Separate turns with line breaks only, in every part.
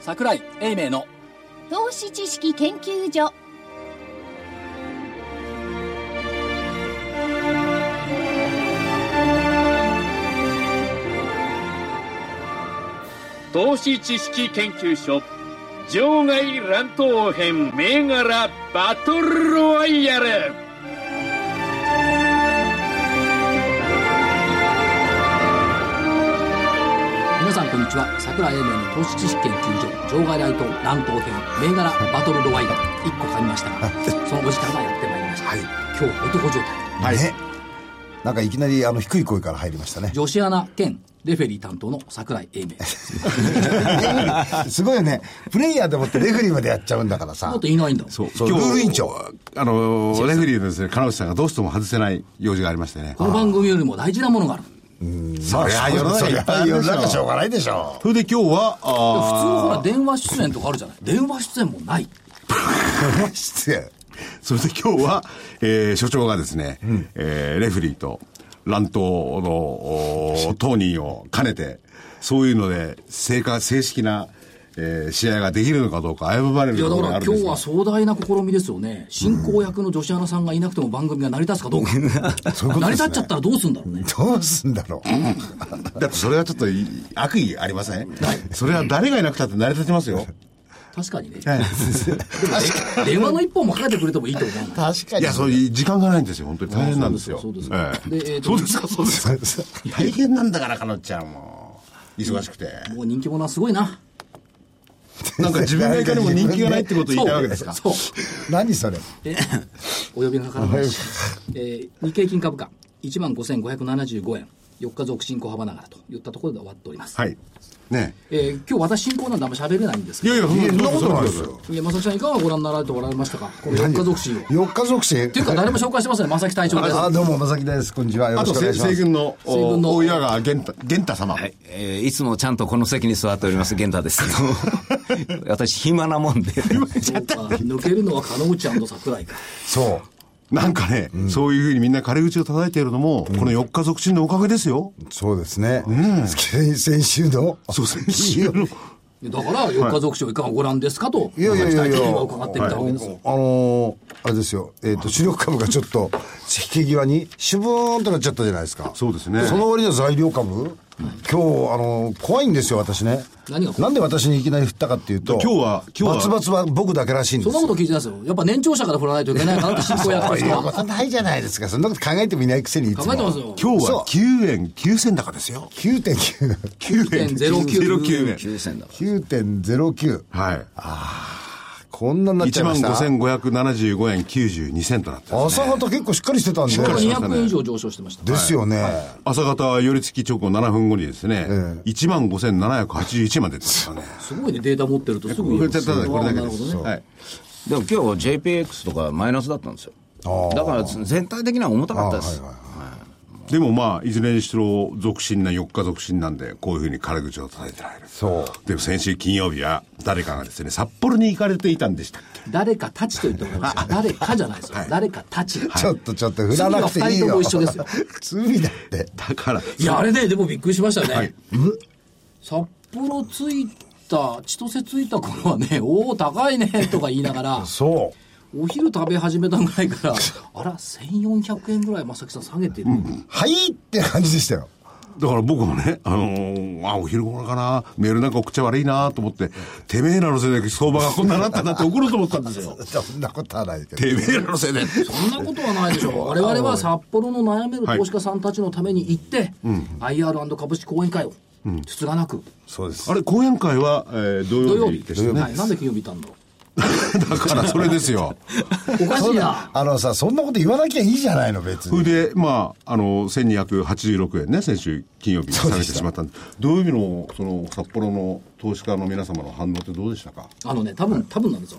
桜井英明の
投資知識研究所
投資知識研究所場外乱闘編銘柄バトルロワイヤル
皆さんこんにちは桜井英明の投資知識研究所場外ライト乱闘編銘柄バトルロワイヤル1個買いましたがそのお時間がやってまいりました、
はい
今日男状態
はい、ね。なんかいきなりあの低い声から入りましたね。
女子アナ兼レフェリー担当の桜井英明です
すごいよね。プレイヤーでもってレフェリーまでやっちゃうんだから
も
さ
っ。といないんだもん
そう
そうルール委員長。
あのレフェリーのですね金内さんがどうしても外せない用事がありましてね
この番組よりも大事なものがある
まあ、
そりゃ世の中いっぱいあるでしょ
世の中しょうがないでしょ
それで今日
普
は
通
あ
ほら電話出演とかあるじゃない電話出演もない
まして。
ーそれで今日は、えー所長がですね、えーレフェリーと乱闘のおー当人を兼ねてそういうので正か正式な、えー試合ができるのかどうか危ぶまれる
いやだ
とこ
か
ろがあ
ら
る
今
んです
日
が
は壮大な試みですよね進行役の女子アナさんがいなくても番組が成り立つかどうか
そういうことですね
成り立っちゃったらどうするんだろうね
どうすんだろう。
だってそれはちょっとい悪意ありませんそれは誰がいなくたって成り立ちますよ
確かにね電話の一本もかけてくれてもいいと思うな
確か
いや、そういう時間がないんですよ、本当に大変なんですよ。
そうですかそう
え
ですかでえ
え
ーと
そうですか、そうですか。大変なんだから、かのちゃんも。忙しくて。
もう人気者はすごいな
なんか自分がいかにも人気がないってことを言いたいわけですか。
そう
何それ。
えお呼びがかからないし、えー日経金株価1万5575円4日続進小幅ながらといったところで終わっております、
はい。ね
えー今日私進行なんであんま喋れないんです
い
け
やいや、そんなことないで
い
す
や
よ。
どいや正木さんいかがご覧になられておられましたかこの4日続進をっ
4日属性。
ていうか誰も紹介してませんね正木隊長です
あ、どうも、まさきです。こんにちは。よ
あ
ろし
と、
くお願
せ
いしま
西
す。
軍の、
西軍の
お大岩川源太、源太様。
はい、えーいつもちゃんとこの席に座っております源太 ですけど私暇なもんで
そうか抜けるのは鹿野内桜井か
そ
なんかね、そういうふうにみんな軽口を叩いているのも、この4日促進のおかげですよ。
う。そうですね。先先週の。
そう先週の。
だから4日続進をいかがご覧ですかと
いやいやいやい
正木隊
や、
長には伺ってみたわけです、
あのー、あれですよ、えっと主力株がちょっと、引け際に、しぶーんとなっちゃったじゃないですか、
そうですね
その割には材料株、今日あのー怖いんですよ、私ね、
何が怖い
なんで私にいきなり振ったかっていうと、
今日は今日は
バツバツは僕だけらしいんで
そん
す
な
よ
こと聞いてないですよやっぱ年長者から振らないといけないかな って進行役として
そういう
は
ことないじゃないですか、そんなこと考えてもいないくせに、いつも
考えてますよ
今日
そう
は9円9銭高ですよ。
9.9、
9
9.09
09円。
9銭だ
9.09、
はい。
こんなになっちゃ
1
い
万
ました。
5575円92銭となってます、
朝
ね、
方結構しっかりしてたんで、
かりしてま
200円以上上昇してました
ですよね、
朝方寄り付き直後7分後にですね、1万5781までですからね
すごいね、データ持ってるとすぐ
こ
言
れ
う
ただこれだけ
なる
で
ほど
す、
ね。
はい、
でも今日 JPX とかマイナスだったんですよだから全体的には重たかったです、
でもまあいずれにしろ続進な4日続進なんでこういうふうに軽口を叩いてられるそうでも先週金曜日は誰かがですね札幌に行かれていたんでしたっけ
誰かたちと言ってもらいますよ。誰かじゃないですよ。誰かたち。
ちょっとちょっと振らなくてい
次
い
は二人と
よ
も一緒ですよ
罪だって
だから
いや、あれね、でもびっくりしましたね。うん札幌着いた、千歳着いた頃はね、おお、高いね、とか言いながら、
そう
お昼食べ始めたぐらいから、あら、1400円ぐらい、正木さん下げてる。
はいって感じでしたよ。
だから僕もね、あのーあ、お昼頃かな、メールなんか送っちゃ悪いなと思って、てめえらのせいで相場がこんなになったなって怒ろうと思ったんですよ。
そんなことはないけど。
てめえらのせいで。
そんなことはないでしょ う。我々は札幌の悩める投資家さんたちのために行って、IR& 株式講演会を、つつがなく、
そうです。
あれ、講演会は、えー、土
土曜
曜
日
日でしたね。
はい、なんで金曜日いたんだろ
だから、それですよ。
う。 おかしいな。
あのさ、そんなこと言わなきゃいいじゃないの、別
そ
に。
れで、まあ、あの、1286円ね、先週金曜日に下げてしまったんで、土曜日の、その、札幌の投資家の皆様の反応ってどうでしたか
あのね、多分、多分なんですよ。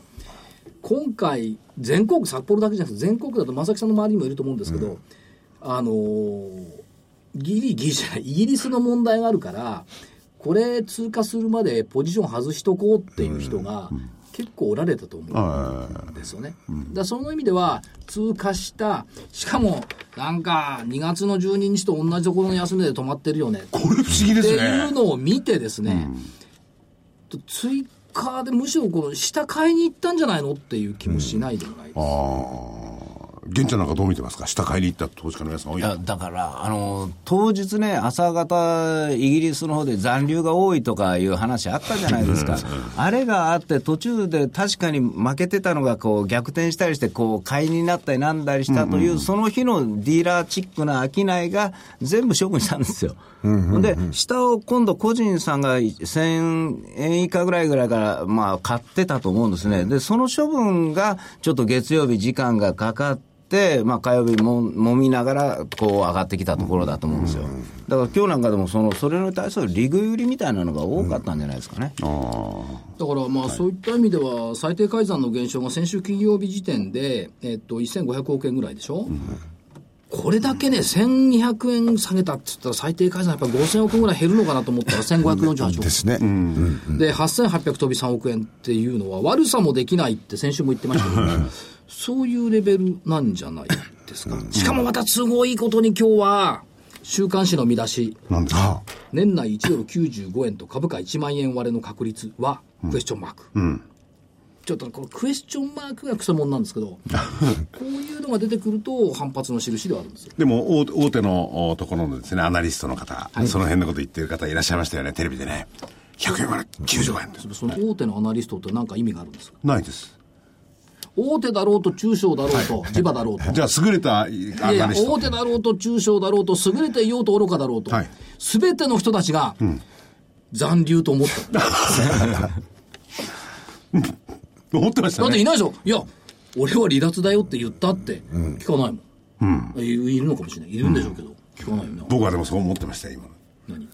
今回、全国、札幌だけじゃなくて、全国だと正木さんの周りにもいると思うんですけど、あのーギリギリじゃない、イギリスの問題があるから、これ通過するまでポジション外しとこうっていう人が結構おられたと思うんですよね。だからその意味では、通過した、しかも、なんか、2月の12日と同じところの安値で止まってるよね。
これ不思議で
って
す
いう
ね。
のを見てですね、追カーでむしろこの下買いに行ったんじゃないのっていう気もしないでもないです、
現地なんかどう見てますか下買いに行った投資家の皆さん多い
いやだからあの当日ね、朝方、イギリスの方で残留が多いとかいう話あったじゃないですか、あれがあって、途中で確かに負けてたのがこう逆転したりして、こう買いになったりなんだりしたという、その日のディーラーチックな商いが全部処分したんですよ。で、下を今度、個人さんが1000円以下ぐらいぐらいから、まあ、買ってたと思うんですね、でその処分がちょっと月曜日、時間がかかって、で、まあ、火曜日も揉みながらこう上がってきたところだと思うんですよ、だから今日なんかでもその、それに対する利食い売りみたいなのが多かったんじゃないですかね。
だからまあそういった意味では、最低改ざんの減少が先週金曜日時点で、えっと、1500億円ぐらいでしょ、これだけね、1200円下げたって言ったら、最低改ざんやっぱ5000億円ぐらい減るのかなと思ったら、1548億
ですね。
で、8800飛び3億円っていうのは、悪さもできないって先週も言ってましたけど、そういうレベルなんじゃないですか。しかもまた都合いいことに今日は、週刊誌の見出し、
なんですか
年内1ドル95円と株価1万円割れの確率は、クエスチョンマーク。ちょっとこのクエスチョンマークがクソもんなんですけど、こういうのが出てくると反発の印ではあるんですよ。
でも大手大手のおところのですねアナリストの方、その辺のこと言ってる方いらっしゃいましたよねテレビでね100円から95円です
その大手のアナリストって何か意味があるんですか
ないです
大手だろうと中小だろうと、地場だろうと。
じゃあ優れたア
いや
ナ
い
リ
や
スト
大手だろうと中小だろうと優れていようと愚かだろうと、
はい
すべての人たちが、残留と思 った
思ってました
だって
ね
いないでしょいや俺は離脱だよって言ったって聞かないもん、いいるのかもしれないいるんでしょうけど、聞かないよな
僕はでもそう思ってましたよ今
何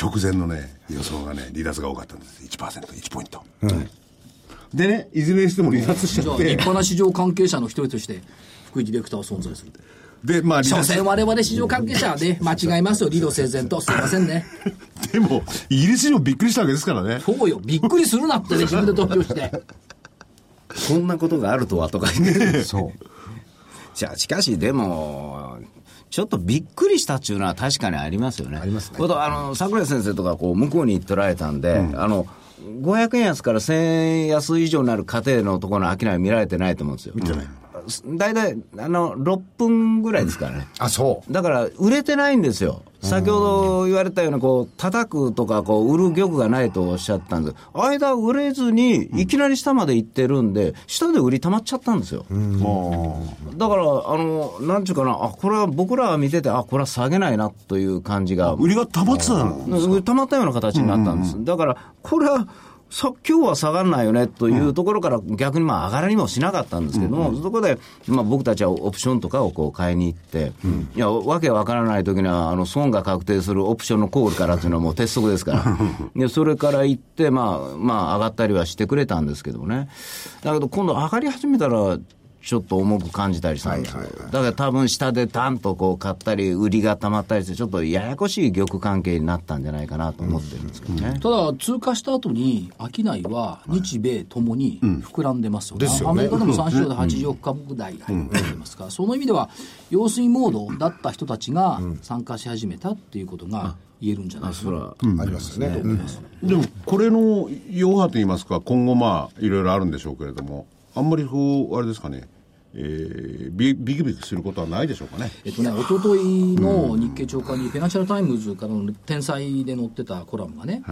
直前のね予想がね離脱が多かったんです 1%1 ポイント、でねいずれにしても離脱しち
じゃ
ゃっ
あ立
て
派な市場関係者の一人として福井ディレクターは存在する
でまあ離
所
脱
詮我々市場関係者はね間違いますよ理路整然とすいません ね
でもイギリス人もびっくりしたわけですからね
そうよびっくりするなってね自分で投票して
そんなことがあるとはとか言って
そう。
じゃあしかしでもちょっとびっくりしたっていうのは確かにありますよね。ありますね。ことあの桜井先生とかこう向こうに行っておられたんで、あの500円安から1000円安以上になる家庭のところの商いは見られてないと思うんですよ。見てない。大体あの6分ぐらいですからね。
あ、そう。
だから売れてないんですよ、先ほど言われたように、こう叩くとかこう売る玉がないとおっしゃったんです間売れずに、いきなり下まで行ってるんで、下で売り溜まっちゃったんですよ、だから、あのなんちゅうかな、あこれは僕らは見てて、あこれは下げないなという感じが、
売りが溜まってたの
たまったような形になったんです、だからこれはさ今日は下がらないよねというところから、逆にまあ上がりもしなかったんですけども、そこで、まあ、僕たちはオプションとかをこう買いに行って、いや、わけわからないときには、あの損が確定するオプションのコールからというのはもう鉄則ですから、でそれから行って、まあ、まあ、上がったりはしてくれたんですけどもね、だけど今度、上がり始めたら、ちょっと重く感じたりしたんですよ、だから多分下でダンとこう買ったり、売りが溜まったりして、ちょっとややこしい玉関係になったんじゃないかなと思ってるんですけどね。
ただ、通過した後に、商いは日米ともに膨らんでますよね。
ですよね
アメリカでも3週で80億株台が入ってますから、その意味では、用水モードだった人たちが参加し始めたっていうことが言えるんじゃないですか。
ありますよね。うん
でもこれの余波といいますか今後まあいろいろあるんでしょうけれどもあんまりこうあれですかね、えー、ビビクビクすることはないでしょうかね
えっとね、一昨日の日経長官に、フィナンシャル・タイムズからの天才で載ってたコラムがね、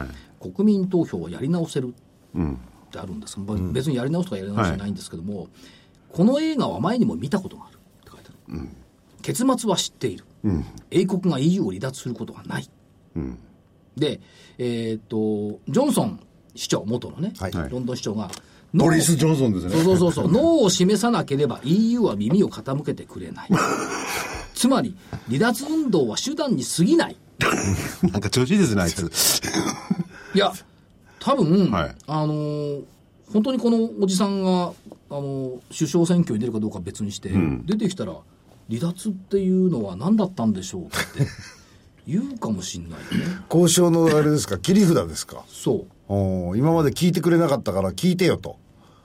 国民投票はやり直せるってあるんですが、別にやり直すとかやり直しじゃないんですけども、この映画は前にも見たことがあるって書いてある、結末は知っている、英国が EU を離脱することはない、で、えーっと、ジョンソン市長、元のね、
はい
ロンドン市長が、
ボリス・ジョンソンですね
そうそうそうそう、ノーを示さなければ EU は耳を傾けてくれない。つまり、離脱運動は手段に過ぎない。
なんか調子いいですねあい つ
いや、多分、
はい
あのー本当にこのおじさんが、あのー首相選挙に出るかどうかは別にして、出てきたら、離脱っていうのは何だったんでしょうって言うかもしんないよね。
交渉のあれですか、切り札ですか。
そう。
おー今まで聞いてくれなかったから聞いてよと。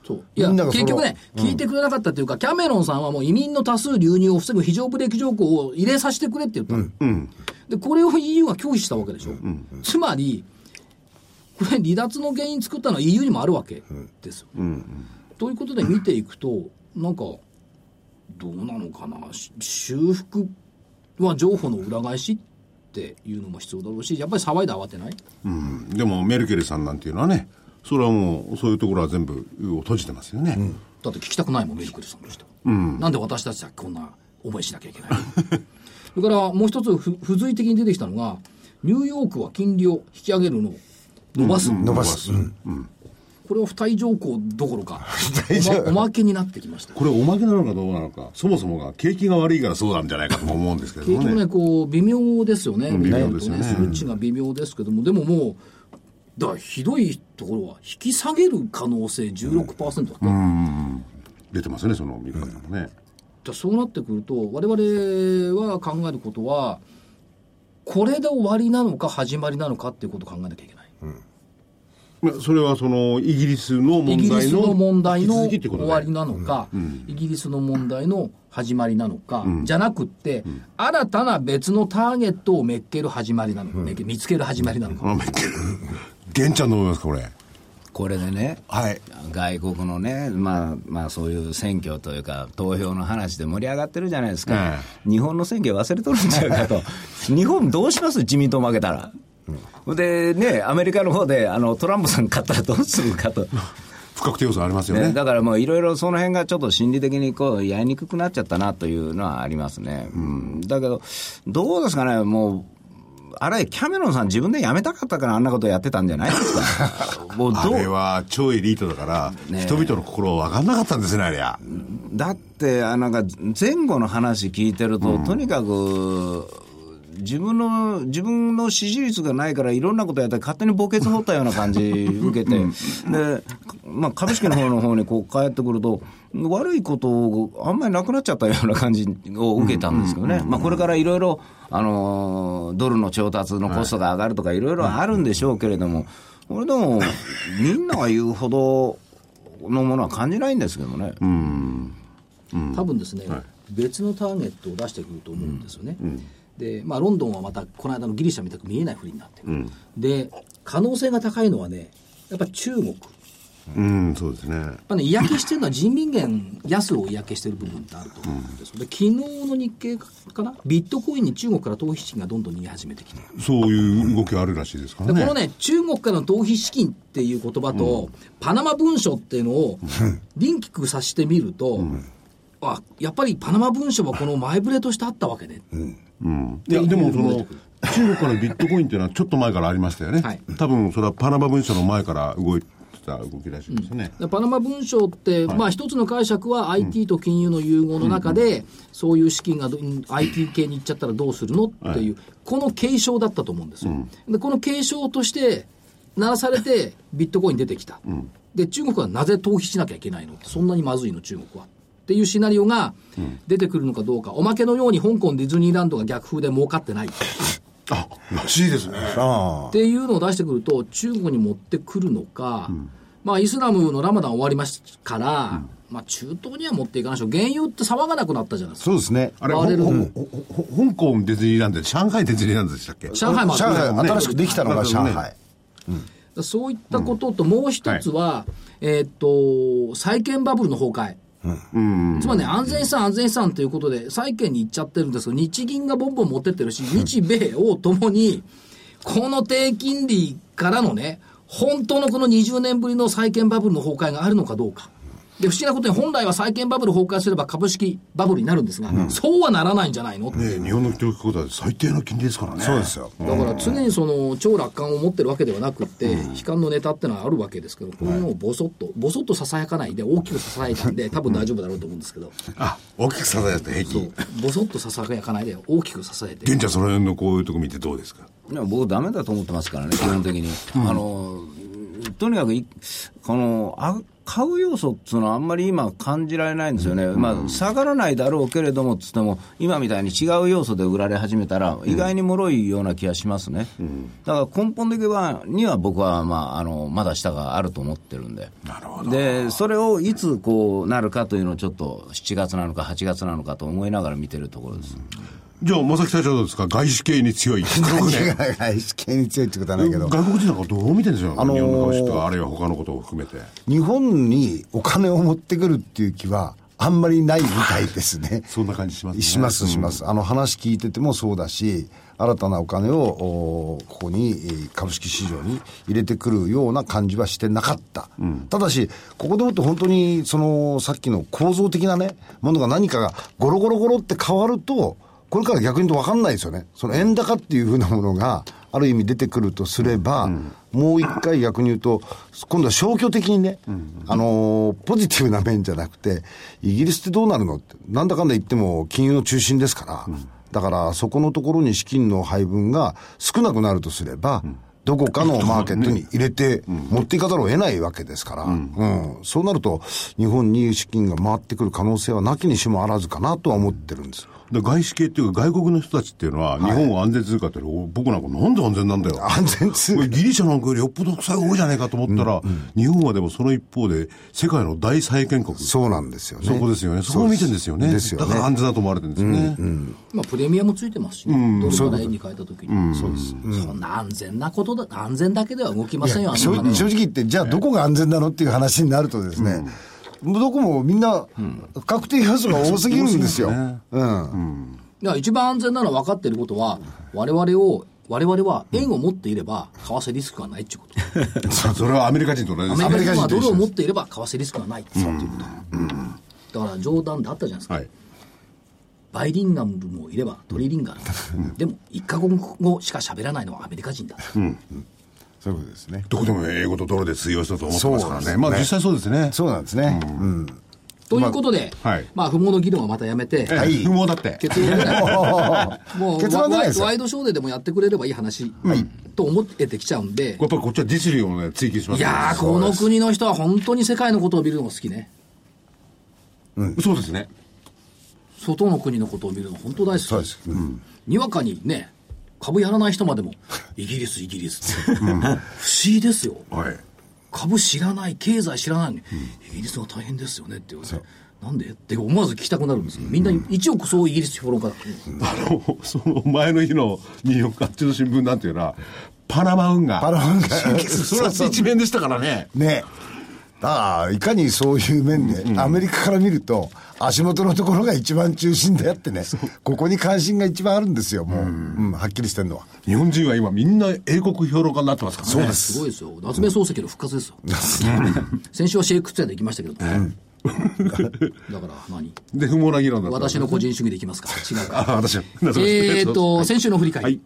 そういや
みんながそ
結
の
局ね、聞いてくれなかったというか、キャメロンさんはもう移民の多数流入を防ぐ非常ブレーキ条項を入れさせてくれって言ったの、でこれを EU が拒否したわけでしょ、つまり、これ、離脱の原因作ったのは EU にもあるわけですよ。ということで見ていくと、なんか、どうなのかな、し修復は譲歩の裏返しっていうのも必要だろうし、やっぱり騒いで慌てない、
うんでもメルケルさんなんていうのはね、それはもう、そういうところは全部閉じてますよね。
だって聞きたくないもん、メルクルさんとしては、なんで私たちはこんな思いしなきゃいけないの それからもう一つふ、付随的に出てきたのが、ニューヨークは金利を引き上げるのを伸ばす、
伸ばす。うん
これは不対条項どこ ろか
対条項
おま、おまけになってきました。
これおまけなのかどうなのか、そもそもが景気が悪いからそうなんじゃないかとも思うんですけれ
景
ど
気
も
も
ね。
ね、こう、微妙ですよね、
ん微妙ですよね
見てると数値が微妙ですけども、でももう、だからひどいところは、引き下げる可能性16%だった、だか
出てますね、その見方もね。
らそうなってくると、我々は考えることは、これで終わりなのか、始まりなのかっていうことを考えなきゃいけない、
まあ、それはその、イギリスの
イ
問
ギリ
題
スの問
の
題
引き
の
続き
終
ってこと
わり
で。
なのか、イギリスの問題の始まりなのか、じゃなくって、新たな別のターゲットをめっける始まりなのか、めっけ見つける始まりなのか。
あメルケル。玄ちゃんどう思いますか、これ。
これでね、
はい。
外国のね、まあまあ、そういう選挙というか、投票の話で盛り上がってるじゃないですか、日本の選挙忘れとるんちゃうかと、 日本どうします、自民党負けたら。でね、アメリカの方であのトランプさん勝ったらどうするかと、
不確定要素ありますよ
ね、
ね。
だからもういろいろその辺がちょっと心理的にこうやりにくくなっちゃったなというのはありますね、うん、だけど、どうですかね、もう。あれ、キャメロンさん、自分で辞めたかったから、あんなことやってたんじゃないですか、もう
あ
どう
れは超エリートだから、人々の心分かんなかったんですね、あれや。
だってあなんか前後の話聞いてると、とにかく自分の自分の支持率がないからいろんなことやって勝手に墓穴掘ったような感じ受けてで、まあ、株式の方の方にこう帰ってくると悪いことがあんまりなくなっちゃったような感じを受けたんですけどね、まあ、これからいろいろ、あのードルの調達のコストが上がるとかいろいろあるんでしょうけれども、これでもみんなが言うほどのものは感じないんですけどね。
多分ですね、別のターゲットを出してくると思うんですよね。で、まあ、ロンドンはまたこの間のギリシャみたく見えないふりになってる、で、可能性が高いのはね、やっぱり中国。やっ
うん、そうですね。
ぱね、嫌気してるのは人民元安を嫌気してる部分ってあると思うんですよ。で、昨日の日経かな、ビットコインに中国から逃避資金がどんどん逃げ始めてきてる。
そういう動きがあるらしいですから
で
ね。
このね、中国からの逃避資金っていう言葉と、パナマ文書っていうのを、リンキクさせてみると、あ、やっぱりパナマ文書はこの前触れとしてあったわけね。
いや、でもその、中国からビットコインというのはちょっと前からありましたよね。
はい
多分それはパナマ文書の前から動いてた動きらしいですね。
でパナマ文書って、まあ一つの解釈は IT と金融の融合の中で、そういう資金がど IT 系に行っちゃったらどうするのっていう、この継承だったと思うんですよ。で、この継承として、鳴らされてビットコイン出てきた。で、中国はなぜ逃避しなきゃいけないのそんなにまずいの中国は。っていうシナリオが出てくるのかどうか、おまけのように香港ディズニーランドが逆風で儲かってない。
あ、
らしいですね。あ
っ
あ。
ていうのを出してくると、中国に持ってくるのか、まあ、イスラムのラマダン終わりましたから、まあ、中東には持っていかないでしょう、原油って騒がなくなったじゃないですか、
そうですね。
あれ、ほ
回れる
ほほほ香港ディズニーランドで、上海ディズニーランドでしたっけ
上海まで
上海、
ね
新しくできたのが上海。
そういったことと、もう一つは、えーっと、債券バブルの崩壊。つまりね、安全資産、安全資産ということで、債券に行っちゃってるんですけど、日銀がボンボン持ってってるし、日米をともに、この低金利からのね、本当のこの20年ぶりの債券バブルの崩壊があるのかどうか。で、不思議なことに、本来は債券バブル崩壊すれば株式バブルになるんですが、そうはならないんじゃないのって
ね日本の教育講座で最低の金利ですからね。
そうですよ。
だから常にその超楽観を持ってるわけではなくって、悲観のネタってのはあるわけですけど、こういうのをぼそっと、ぼそっとささやかないで、大きくささやかん で、多分大丈夫だろうと思うんですけど、
あ、大きく支えると平均。
ぼそっとささやかないで、大きくささやいて
現、地はその辺のこういうとこ見てどうですか
いや僕、ダメだと思ってますからね、基本的に。あのとにかくいこのあ、買う要素っていうのはあんまり今、感じられないんですよね、まあ、下がらないだろうけれどもっつっても、今みたいに違う要素で売られ始めたら、意外に脆いような気がしますね、だから根本的はには僕は、まあ、あのまだ下があると思ってるんで。
なるほ
でそれをいつこうなるかというのをちょっと7月なのか8月なのかと思いながら見てるところです。
じゃあ、正木隊長どうですか外資系に強い。韓国ね
外資系に強いってことはないけど
外、国人なんかどう見てるんでしょう、
あのー
日本の株式とか、あるいは他のことを含めて。
日本にお金を持ってくるっていう気は、あんまりないみたいですね。
そんな感じしますね
します、します。あの話聞いててもそうだし、新たなお金を、おここに、えー株式市場に入れてくるような感じはしてなかった。ただし、ここでもって本当に、その、さっきの構造的なね、ものが何かがゴロゴロゴロって変わると、これから逆に言うと分かんないですよね。その円高っていうふうなものが、ある意味出てくるとすれば、もう一回逆に言うと、今度は消去的にね、あのーポジティブな面じゃなくて、イギリスってどうなるのって、なんだかんだ言っても金融の中心ですから、だからそこのところに資金の配分が少なくなるとすれば、どこかのマーケットに入れて、持っていかざるを得ないわけですから、うんそうなると、日本に資金が回ってくる可能性はなきにしもあらずかなとは思ってるんです。
で外資系っていうか、外国の人たちっていうのは、日本を安全通貨っていうのは、僕なんかなんで安全なんだよ。
安全通
これギリシャなんかよりよっぽど負債多いじゃないかと思ったら、日本はでもその一方で、世界の大債権国。そ
そうなんですよね。
こですよね。そこを見てんですよね。
ですよね
だから安全だと思われてるんですよね。
まあ、プレミアもついてますしね、ドルから円に変えたときに、そうです、そんな安全なことだ、安全だけでは動きませんよ、あん
正
なの
正直言って、じゃあどこが安全なのっていう話になるとですね、どこもみんな不確定要素が多すぎるんですよ。うん。
だから一番安全なのは分かっていることは、我々を、我々は円を持っていれば、為替リスクがないっていうこと、
さあ それはアメリカ人と同じです
アメリカ人は
アメリカ人と一緒
ド
です
ルを持っていれば、為替リスクがないっていうこと、だから冗談であったじゃないですか、
はい。
バイリンガムもいれば、トリリンガルも、でも、一カ国語しか喋らないのはアメリカ人だ、
そういうことですね。
どこでも英語とドルで通用したと思ってますか
そう
ら
です
ね。
ね
まあ実際そうですね。
そうなんですね。うん。
ということで、
まあはい
まあ、不毛の議論はまたやめて、
ええ
はい
不毛だって。
結論ぐらいもう
結論じゃないですよ
ワイドショーででもやってくれればいい話、と思っててきちゃうんで
や、っぱりこっちはディスリーをね、追求します
い
から
やー、この国の人は本当に世界のことを見るのが好きね。
そうですね。
外の国のことを見るの本当大
そう
好
で
き。
す。うん。
にわかにね、株やらない人まで も、イギリス、イギリスって。不思議ですよ。
はい。
株知らない、経済知らないのに、イギリスは大変ですよねって言われて、なんでって思わず聞きたくなるんですよ。みんな一億総イギリス評論家だ。
あの、その前の日のニューヨークあっちの新聞なんていうのは、パナマ運河。
パラファン が。
それは一面でしたからね。
ねだからいかにそういう面で、アメリカから見ると、足元のところが一番中心であってね、ここに関心が一番あるんですよ、もう、うんはっきりしてるのは。
日本人は今みんな英国評論家になってますからね。そうです
ごいですよ。夏目漱石の復活ですよ。 先週はシェイクスピアで行きましたけど。だから何
で、不毛な議論だったんで
私
すね
の個人主義でいきます か違うか。
あ、私の。
えーっと、
はい
先週の振り返り。
はい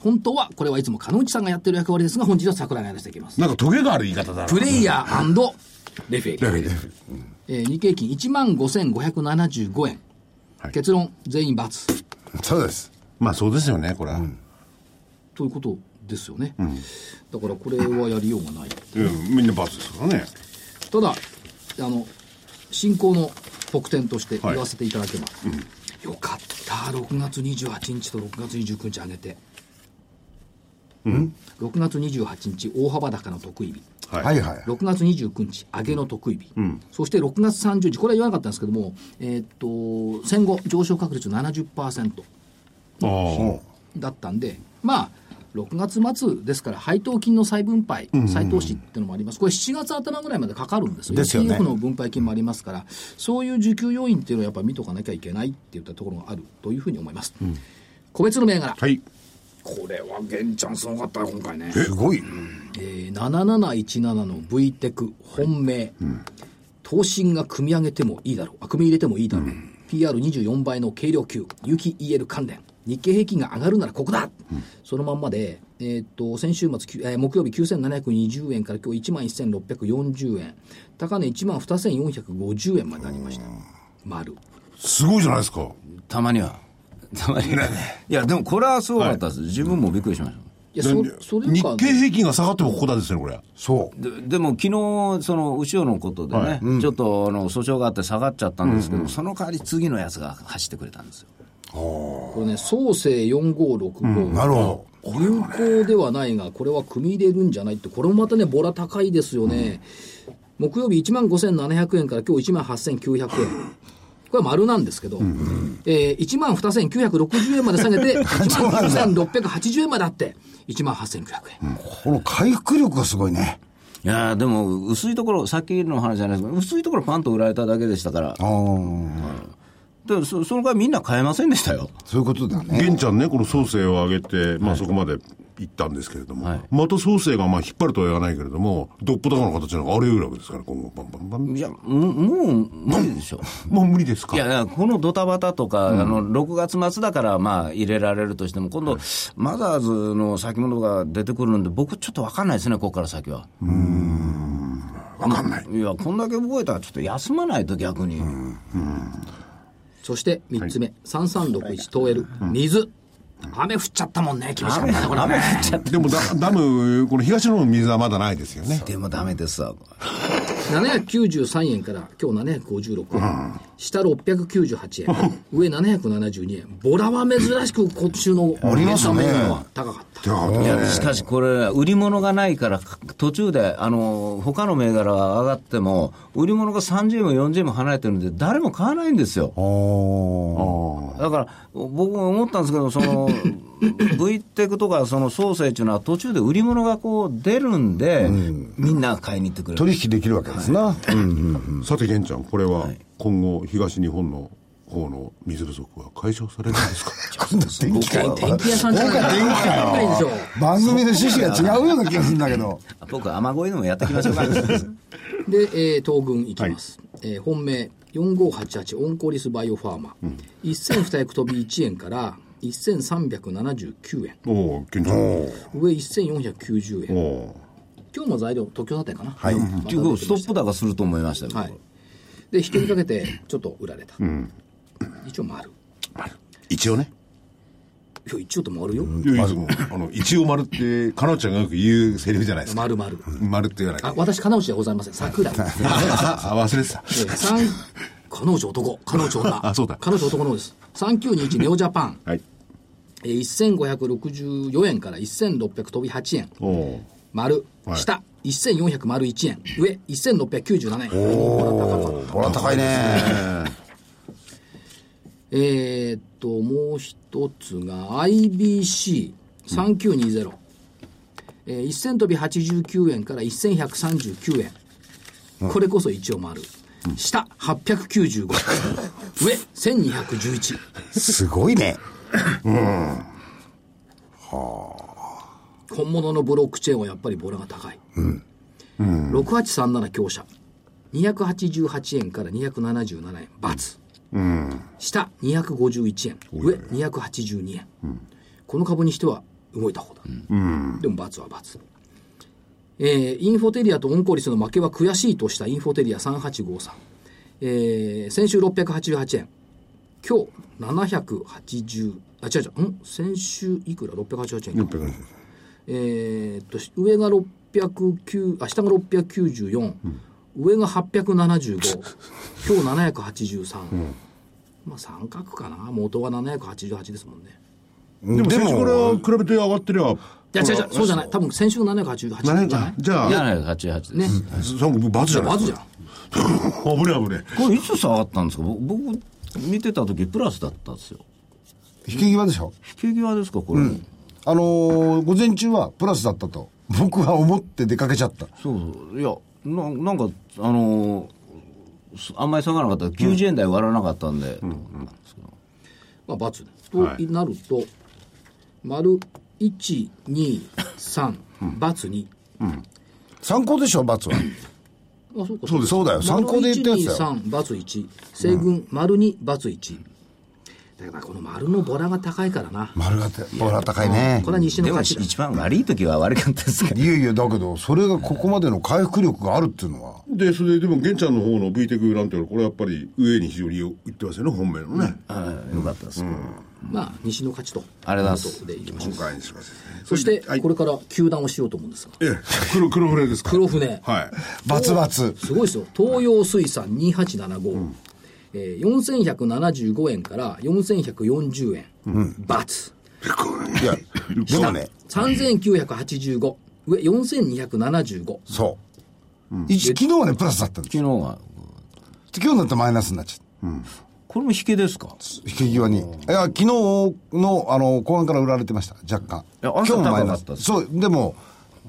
本当は、これはいつも鹿野内さんがやってる役割ですが、本日は桜井がやらせていきます。
なんかトゲがある言い方だな。
プレイヤーレフェリー。
レフェリー
えー日経金1万5575円。
はい
結論、全員×。
そうです。
まあそうですよね、これは。うん。
ということですよね。だからこれはやりようがない。
みんな罰ですからね。
ただあの進行の特典として言わせていただけば、よかった6月28日と6月29日上げて、うん、6月28日大幅高の得意日
はい
はいはい。
6月29日上げの得意日、そして6月30日これは言わなかったんですけども、えーっと戦後上昇確率70%
ああ。
だったんでまあ6月末ですから配当金の再分配、再投資っていうのもあります、これ、7月頭ぐらいまでかかるんですよ、
ですよね
ETF の分配金もありますから、そういう受給要因っていうのはやっぱり見とかなきゃいけないっていったところがあるというふうに思います。個別の銘柄、
はい。
これは玄ちゃんすごかったよ、今回ね、
すごい。
えー、7717の V テク、本命、東進が組み上げてもいいだろう、あ組み入れてもいいだろう、PR24 倍の軽量級、有機 EL 関連、日経平均が上がるならここだ、そのまんまで、えーっと先週末、きゅえー木曜日9720円から今日1 1640円、高値1 2450円までありました、丸。
すごいじゃないですか。
たまには。たまには。いや、でもこれはすごかったです。自分もびっくりしました。
いや、
で
そそれ
日
か、
経平均が下がってもここだですね、これ。
そう。
ででも昨日その後ろのことでね、ちょっとあの訴訟があって下がっちゃったんですけど、その代わり次のやつが走ってくれたんですよ。
これね、創世4565、
なるほど。
有効ではないが、これは組み入れるんじゃないって、これもまたね、ボラ高いですよね。木曜日1万5700円から今日1万8900円。これ丸なんですけど、えー、1万2960円まで下げ て、1万9680円まであって、1万8900円。
この回復力がすごいね。
いやーでも、薄いところ、さっきの話じゃないですけど、薄いところ、パンと売られただけでしたから、
ああ、
でそその間、みんな買えませんでしたよ。
そういうことだね。
玄ちゃんね、この創生を上げて、まあそこまで行ったんですけれども、
はい
また創生がまあ引っ張るとは言わないけれども、どっぽ高の形のがあり得るわけですから、今後、バンバンバン。
いや、ももう無理でしょ。
もう無理ですか
いや、だからこのドタバタとか、あの、6月末だから、まあ、入れられるとしても、今度、マザーズの先物が出てくるんで、僕、ちょっと分かんないですね、ここから先は。うん。分かんない。いや、こんだけ動いたら、ちょっと休まないと、逆に。
そして3つ目、3361トーエル、水。雨降っちゃったもんね、厳しかったね、これ、ね。
でもダダム、この東の方の水はまだないですよね。
でもダメですわ。
793円から今日756円、下698円、上772円、ボラは珍しく今週の
ありますね
メニューは高かった。
だから
いや、しかしこれ、売り物がないから、途中で、あの、他の銘柄が上がっても、売り物が30円も40円も離れてるんで、誰も買わないんですよ。
ああ。
だから、僕も思ったんですけど、そ の、V テクとか、そのソーセージというのは途中で売り物がこう出るんで、みんな買いに行ってくれる。
取引できるわけですな。うん
さて、玄ちゃん、これは今後、東日本の方の水不足は解消されるんですか
今度電気かよ。
電気屋さんじゃないから、やっぱりでしょう。
番組の趣旨が違うような気がするんだけど。
僕、雨乞いでもやってきましょうか。
で、えー東軍いきます、えー本命4588オンコリスバイオファーマ、1200飛び1円から1379円
お お、玄ちゃん。お
上1490円
お
今日も材料東京だったかな
はい。
っていうことストップ高すると思いましたよ。
はいで引きにかけてちょっと売られた、一応丸
一応ね。
いや一応と丸よ、
いやいつも、あの、一応丸って、かなおちゃんがよく言うセリフじゃないですか。
丸丸
丸って言わない
あ私金内ではございません桜井ですね
あ、忘れてた。
えー三彼女男彼女女
あそうだ
彼女男の方です3921ネオジャパン
はい。
えー1564円から1600飛び8円
おお。
丸、
はい
下1400丸1円上1697円
ほら、高いね。
えーっともう一つが IBC3920、えー1000飛び89円から1139円、これこそ一応丸下895上1211
すごいね。
本物のブロックチェーンはやっぱりボラが高い、6837強者288円から277円×、下251円上282円、この株にしては動いた方だ、でも×は×えーインフォテリアとオンコリスの負けは悔しいとしたインフォテリア3853、えー先週688円今日780あ違う違うん先週いくら688円かえーっとし上が609あ下が694、上が875 今日783、まあ三角かな元が788ですもんね
でも、先週から比べて上がってりゃ、
いや違う違うそうじゃない多分先週の788
何
じゃな
か
い、
じゃあ、
788で
ね
す。
三国バツじゃない
まず
で
じ
すか
ゃん
危ねえ危ね
これ、いつ下がったんですか僕、僕見てた時プラスだったんですよ。
引き際でしょ。
引き際ですか、これ。
あのー、午前中はプラスだったと。僕は思って出かけちゃった。
そうそう。いや、ななんか、あのーすあんまり下がらなかった。90円台割らなかったんで。
まあ、×となると、丸123×2、二
参考でしょ、罰は。
あそうか
そうですそうだよ参考で言ったやつだよ
丸123バツ1西軍丸2バツ1だからこの丸のボラが高いからな
丸がて、ほら、高いね
こ。れは西の
でも、
勝ちだ
一番悪い時は悪かったですけど。
いやいや、だけど、それがここまでの回復力があるっていうのは。
え。で、それで、でも、玄ちゃんの方の VTEC なんていうのは、これやっぱり上に非常に言ってますよね、本命のね。
はいよかったです。
まあ西の勝ちと
ありがとうございます
でいきましょう
今回にしますね。
そして
はい
これから球団をしようと思うんですが
ええ、黒、黒船ですか
黒船
はい。
罰罰。
すごいですよ東洋水産2875、えー、4175円から4140円、バツ
いや、でもね、
3985上4275
そう。一昨日はね、プラスだったんです。
昨日は、
今日になったらマイナスになっちゃった。
これも引けですか
引き際に。いや、昨日の、あの、後半から売られてました、若干。
いや朝
マイ
高か
ナ
っ
ス
た。です
そう、でも、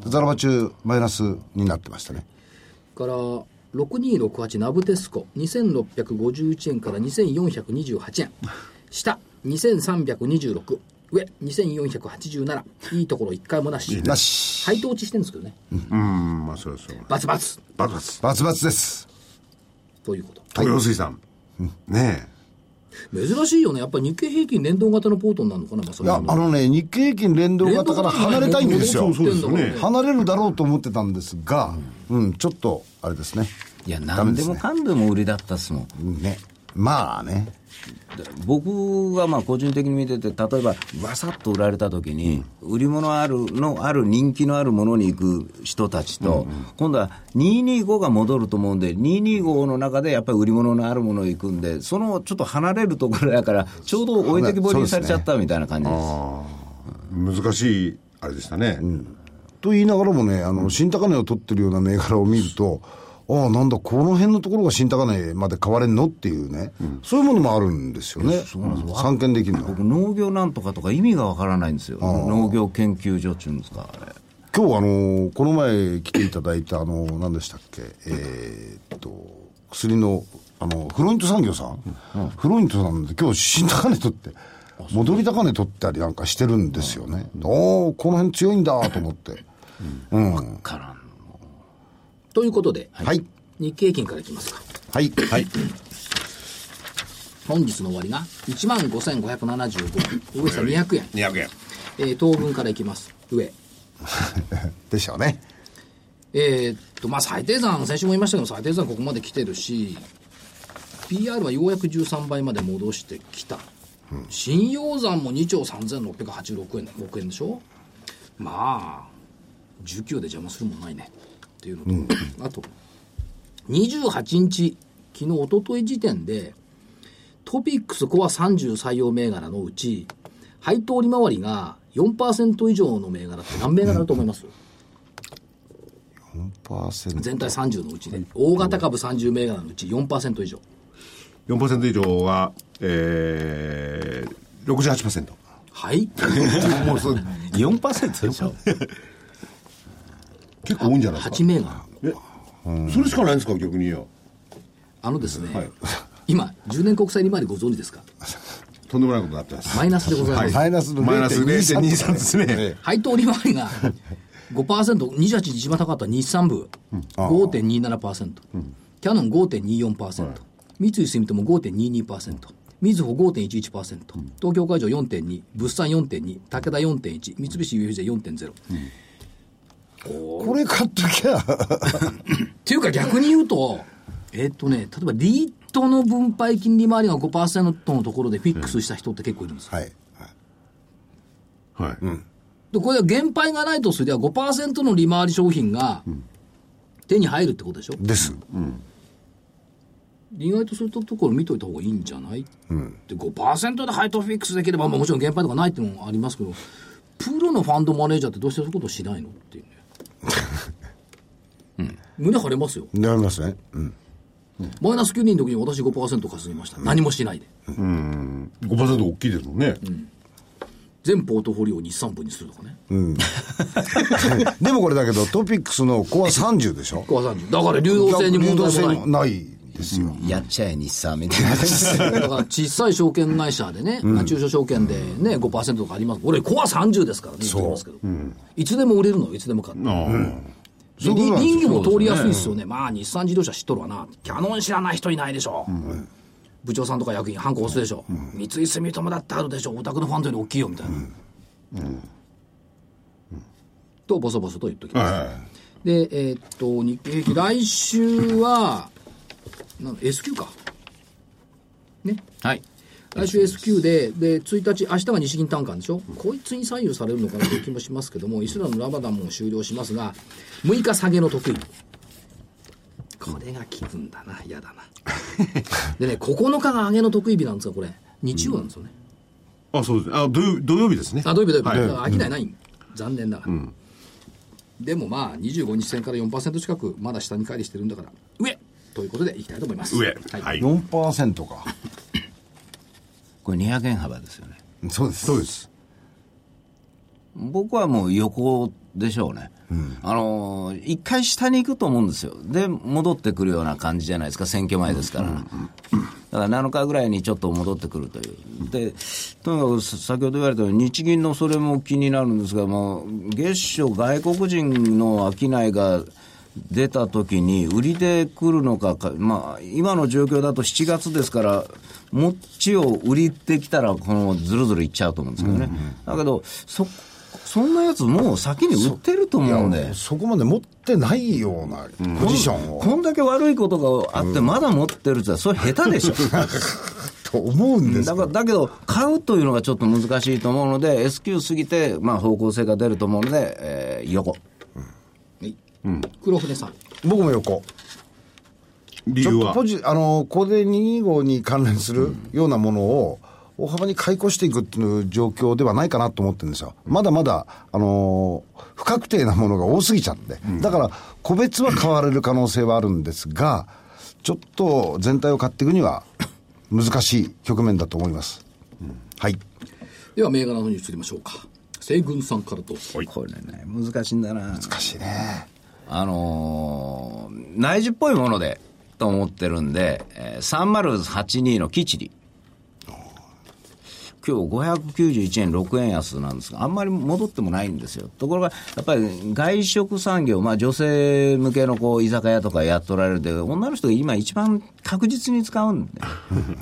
ザラバ中、マイナスになってましたね。
から6268ナブテスコ2651円から2428円下2326上2487いいところ一回もなし
なし。
配当落ちしてるんですけどね
うん、まあそうそう。
バツバツ
バツバツ。
バツバツです。
ということ
東洋水産。ね
珍しいよねやっぱり日経平均連動型のポートになるのかな、まあ、そ
い
れ
や、
は
あのね、日経平均連動型から離れたいんですよ
連動。型
そうですよね
離れるだろうと思ってたんですが、うん、ちょっと、あれですね。
いや
ダメ
何
で
ですも
ね。
かんでも売りだったっすもん
ね。まあね。
僕がまあ個人的に見てて、例えば、わさっと売られたときに、売り物あるのある人気のあるものに行く人たちと、今度は225が戻ると思うんで、225の中でやっぱり売り物のあるものに行くんで、そのちょっと離れるところだから、ちょうど置いてきぼりにされちゃったみたいな感じです。
え。難しい、あれでしたね。
と言いながらもね、あの、新高値を取ってるような銘柄を見ると、ああ、なんだ、この辺のところが新高値まで買われんのっていうね、そういうものもあるんですよね。散見できるのは。
僕農業なんとかとか意味がわからないんですよ、農業研究所っていうんですか、あれ
今日あのこの前来ていただいたあの何でしたっけえーっと薬のあのフロイント産業さん、フロイントさんで今日新高値取って戻り高値取ったりなんかしてるんですよね、おおこの辺強いんだと思ってうん、
からん
ということで、
はい
日経平均からいきますか
はいはい
本日の終わりが1万5575円上下200円、
200円。
えー東分からいきます上
でしょうね
えーっと、まあ、最低算、先週も言いましたけど、最低算ここまで来てるし、PR はようやく13倍まで戻してきた。信用残も2兆3686円、億円でしょまあ、19で邪魔するもんないね。っていうのと、あと、28日、昨日、一昨日時点で、トピックスコア30採用銘柄のうち、配当利回りが4%以上の銘柄って何銘柄だと思います、
4%
全体30のうちで、大型株30銘柄のうち4%以上。
4%以上は、えー、68%。
はい。
もうそれ
4%でしょ、
結構多いんじゃないです
8
か。
銘柄。
えそれしかないんですか、逆によ。
あのですね、
はい
今、10年国債利回りご存知ですか
とんでもないことになってま す。
マイナスでございます。
マイナスの
マイナス0.23
0.23
ですね。
配当利回りが5%、28日一番高かった日産部、5.27%、キャノン5.24%、三井住友5.22%、みずほ5.11%、東京海上4.2、物産4.2、武田4.1、三菱 UFJ4.0。点ゼロ
これ買っときゃ
っていうか逆に言うと、えっとね、例えばリートの分配金利回りが5%のところでフィックスした人って結構いるんですよ。
はい
はい。
で、これは減配がないとすれば5%の利回り商品が手に入るってことでしょ、
です、
意外とそういったところ見といた方がいいんじゃない、で、5%で配当フィックスできれば、まあもちろん減配とかないっていうのもありますけど、プロのファンドマネージャーってどうしてそういうことしないのっていうね。胸張れますよ。
なりますね、うん、
マイナス9人の時に私5%稼ぎました。何もしないで。
5%大きいですもんね。
全ポートフォリオを日産部にするとかね。
でもこれだけどトピックスのコア30でしょ
小川さんだから流動性に問題もない。
ないですよ、
やっちゃえ、日産みたいな感じです
だから小さい証券会社でね、まあ中小証券でね、5%とかあります。俺、コア30ですからね、言ってますけど。いつでも売れるの、いつでも買って。
ああ
ういうことなんですよ
林業も通りやすいですよね。まあ、日産自動車知っとるわな。キャノン知らない人いないでしょ。部長さんとか役員、ハンコ押すでしょ。三井住友だってあるでしょ。お宅のファンドより大きいよ、みたいな。と、ボソボソと言っときます。
はいはい
で、えーっと、日経平均、来週は、なん S q か。ね。
はい
来週 S q で、で、1日、明日が日銀短観でしょ、こいつに左右されるのかなという気もしますけども、イスラムのラバダンも終了しますが、6日下げの得意。これが効くんだな、嫌だ な。でね、9日が上げの得意日なんですが、これ、日曜なんですよね。
あ、そうですね。あ、土曜土曜日ですね。
あ、土曜日土曜日。
は
だ
い
から商いない、残念ながら。でもまあ、25日線から4%近く、まだ下に乖離してるんだから、上ということでいきたいと思います。
上。はい。
4%か。
これ200円幅ですよね。
そうです。
そうです。
僕はもう横でしょうね。あのー、一回下に行くと思うんですよ。で、戻ってくるような感じじゃないですか、選挙前ですから。だから7日ぐらいにちょっと戻ってくるという。で、とにかく先ほど言われたように日銀のそれも気になるんですが、もう、月初外国人の商いが、出た時に売りで来るのかか、まあ、今の状況だと7月ですから、もっちを売りってきたら、このずるずるいっちゃうと思うんですけどね、だけどそ、そんなやつ、もう先に売ってると思うんで、
そこまで持ってないようなポジションを、
こんだけ悪いことがあって、まだ持ってるって、それ、下手で しょ。
と思うんです
だ
け
から
ど、
だけど、買うというのがちょっと難しいと思うので、S q 過ぎて、まあ、方向性が出ると思うので、えー横。
黒船さん
僕も横。
理
ち
由
ょっと
は
ポ。ジ、あの、ここで225に関連するようなものを、大幅に解雇していくっていう状況ではないかなと思ってるんですよ。まだまだ、あのー不確定なものが多すぎちゃって。だから、個別は変われる可能性はあるんですが、ちょっと全体を買っていくには、難しい局面だと思います。はい。
では銘柄の方に移りましょうか西軍さんからどうぞ
これね、難しいんだな。
難しいね。
あのー内需っぽいもので、と思ってるんで、えー、3082のキチリ。今日591円6円安なんですが、あんまり戻ってもないんですよ。ところが、やっぱり外食産業、まあ女性向けのこう居酒屋とかやっとられるで、女の人が今一番確実に使うんで、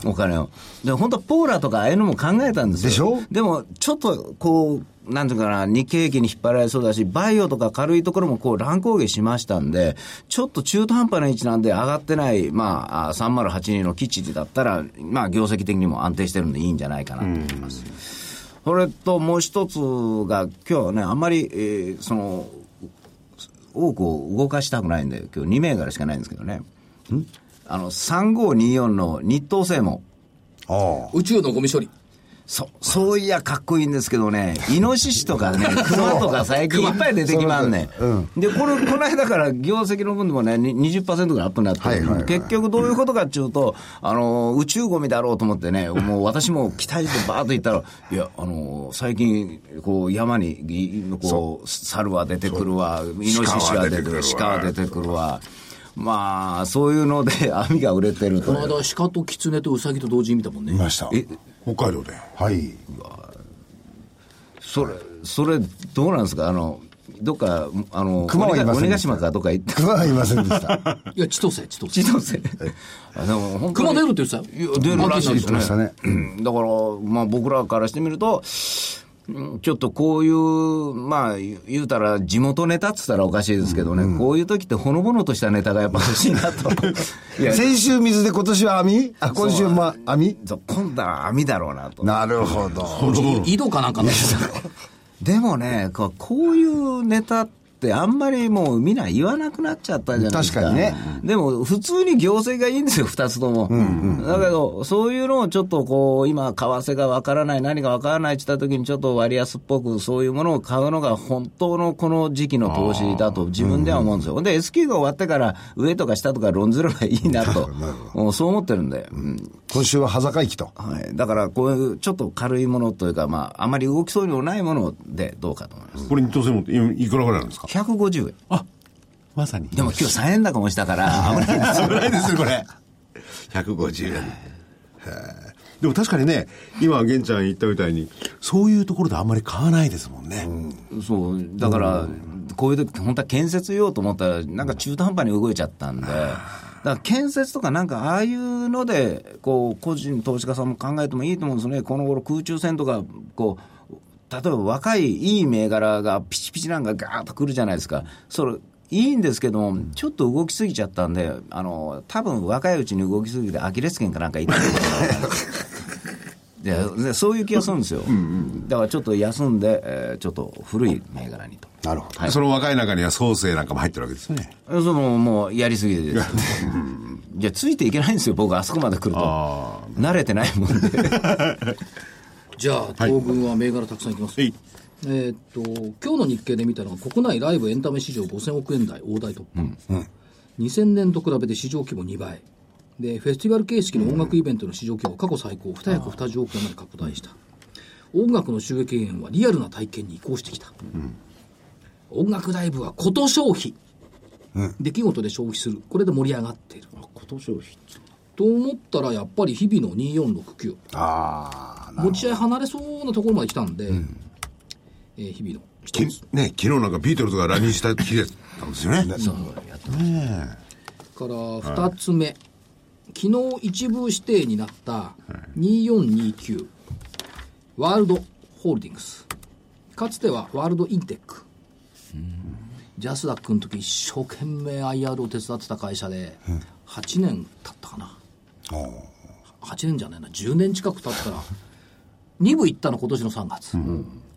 お金を。で、本当はポーラとかああいうのも考えたんです
で
よ。
しょ
でも、ちょっとこう、なんていうかな、日経平均に引っ張られそうだし、バイオとか軽いところもこう乱高下しましたんで、ちょっと中途半端な位置なんで、上がってない、まあ、あ3082の基地だったら、まあ、業績的にも安定してるんでいいんじゃないかなと思います。それともう一つが、今日はね、あんまり、えーその、多くを動かしたくないんで、今日2銘柄しかないんですけどね。あの、3524の日東製も。
あ
宇宙のゴミ処理
そ、そういやかっこいいんですけどね、イノシシと かね、クマとか最近いっぱい出てきまんねん。で、これ、この間から業績の分でもね、に20%ぐらいアップになってる、
はいはいはい
結局どういうことかっていうと、あの、宇宙ゴミだろうと思ってね、もう私も期待してバーッと行ったら、いや、あの、最近、こう、山に、いこう、猿は出てくるわ、イノシシは出てくる、鹿は出てくるわ。まあ、そういうので網が売れてる
ことの。間鹿と狐とウサギと同時に見たもんね
あ。いました。
北海道で。
はい。
それ、それ、どうなんですか、あの、どっか、あの、
熊はいません
鬼ヶ島かどっか行って、
熊はいませんでした。
いや千歳千歳
一度せ、あでも本当
熊
に
出るって言ってたよ
いや出るらしいです
出ました
ね
ね。
うんだから、まあ僕らからしてみると、うんちょっとこういう、まあ、言言うたら、地元ネタっつったらおかしいですけどね、こういう時ってほのぼのとしたネタがやっぱ欲しいなと。いや、
先週水で今年は網あ、今週も網
そう今度は網だろうなと。
なるほど。
井戸かなんかね
でもね、こうこういうネタってあんまりもうみんな言わなくなっちゃったじゃないですか。
確かにね
でも普通に行政がいいんですよ、二つとも。だけど、そういうのをちょっとこう、今、為替がわからない、何がわからないって言った時にちょっと割安っぽくそういうものを買うのが本当のこの時期の投資だと自分では思うんですよ。で、S q が終わってから上とか下とか論ずるのがいいなと、うんそう思ってるんで。うん
今週は裸行きと。
はい、だから、こういうちょっと軽いものというか、まあ、あまり動きそうにもないものでどうかと思います。
これ、日東製も今いくらぐらいなんですか
150円。
まさに。
でも今日3円高もしたから、 危ないです
危ないですね、これ。150円。へえでも確かにね、今、玄ちゃん言ったみたいに、そういうところであんまり買わないですもんね。
そう、だから、こういう時、本当は建設用と思ったら、なんか中途半端に動いちゃったんで、だから建設とかなんか、ああいうので、こう、個人投資家さんも考えてもいいと思うんですよね。この頃空中戦とか、こう、例えば若いいい銘柄がピチピチなんかガーッとくるじゃないですか。それいいんですけども、ちょっと動きすぎちゃったんで、あの、多分若いうちに動きすぎてアキレス腱かなんか痛いことになるいやでそういう気がするんですよ、だからちょっと休んで、えーちょっと古い銘柄にと、
なるほど。
はい
その若い中には創生なんかも入ってるわけですね。
そのもうやりすぎ ですよ、いや、ついていけないんですよ、僕、あそこまで来ると、
あ
慣れてないもんで、
じゃあ東軍は銘柄たくさんいきます、
はい
えーっと今日の日経で見たのが国内ライブエンタメ市場5000億円台大台突破、2000年と比べて市場規模2倍でフェスティバル形式の音楽イベントの市場規模は過去最高2役2条億円まで拡大した音楽の収益源はリアルな体験に移行してきた、音楽ライブはこと消費、出来事で消費するこれで盛り上がっている
こと消費
と思ったらやっぱり日々の2469
ああ、な
持ち合い離れそうなところまで来たんで、えー日々の一
き
つ
ね、昨日なんかビートルズが来日した日だったんですよね。
から2つ目、昨日一部指定になった2429、ワールドホールディングスかつてはワールドインテック、ジャスダックの時一生懸命 IR を手伝ってた会社で、8年経ったかな8年じゃないな10年近く経ったら2部行ったの今年の3月、